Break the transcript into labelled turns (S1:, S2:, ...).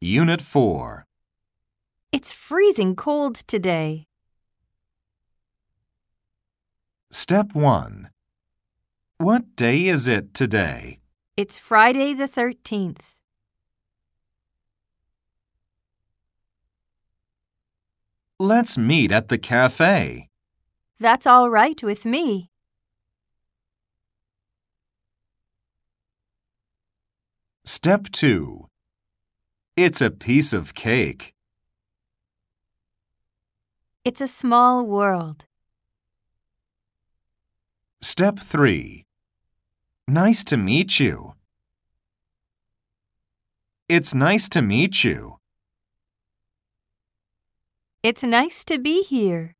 S1: Unit 4.
S2: It's freezing cold today.
S1: Step 1. What day is it today?
S2: It's Friday the 13th.
S1: Let's meet at the cafe.
S2: That's all right with me.
S1: Step 2. It's a piece of cake.
S2: It's a small world.
S1: Step 3. Nice to meet you. It's nice to meet you.
S2: It's nice to be here.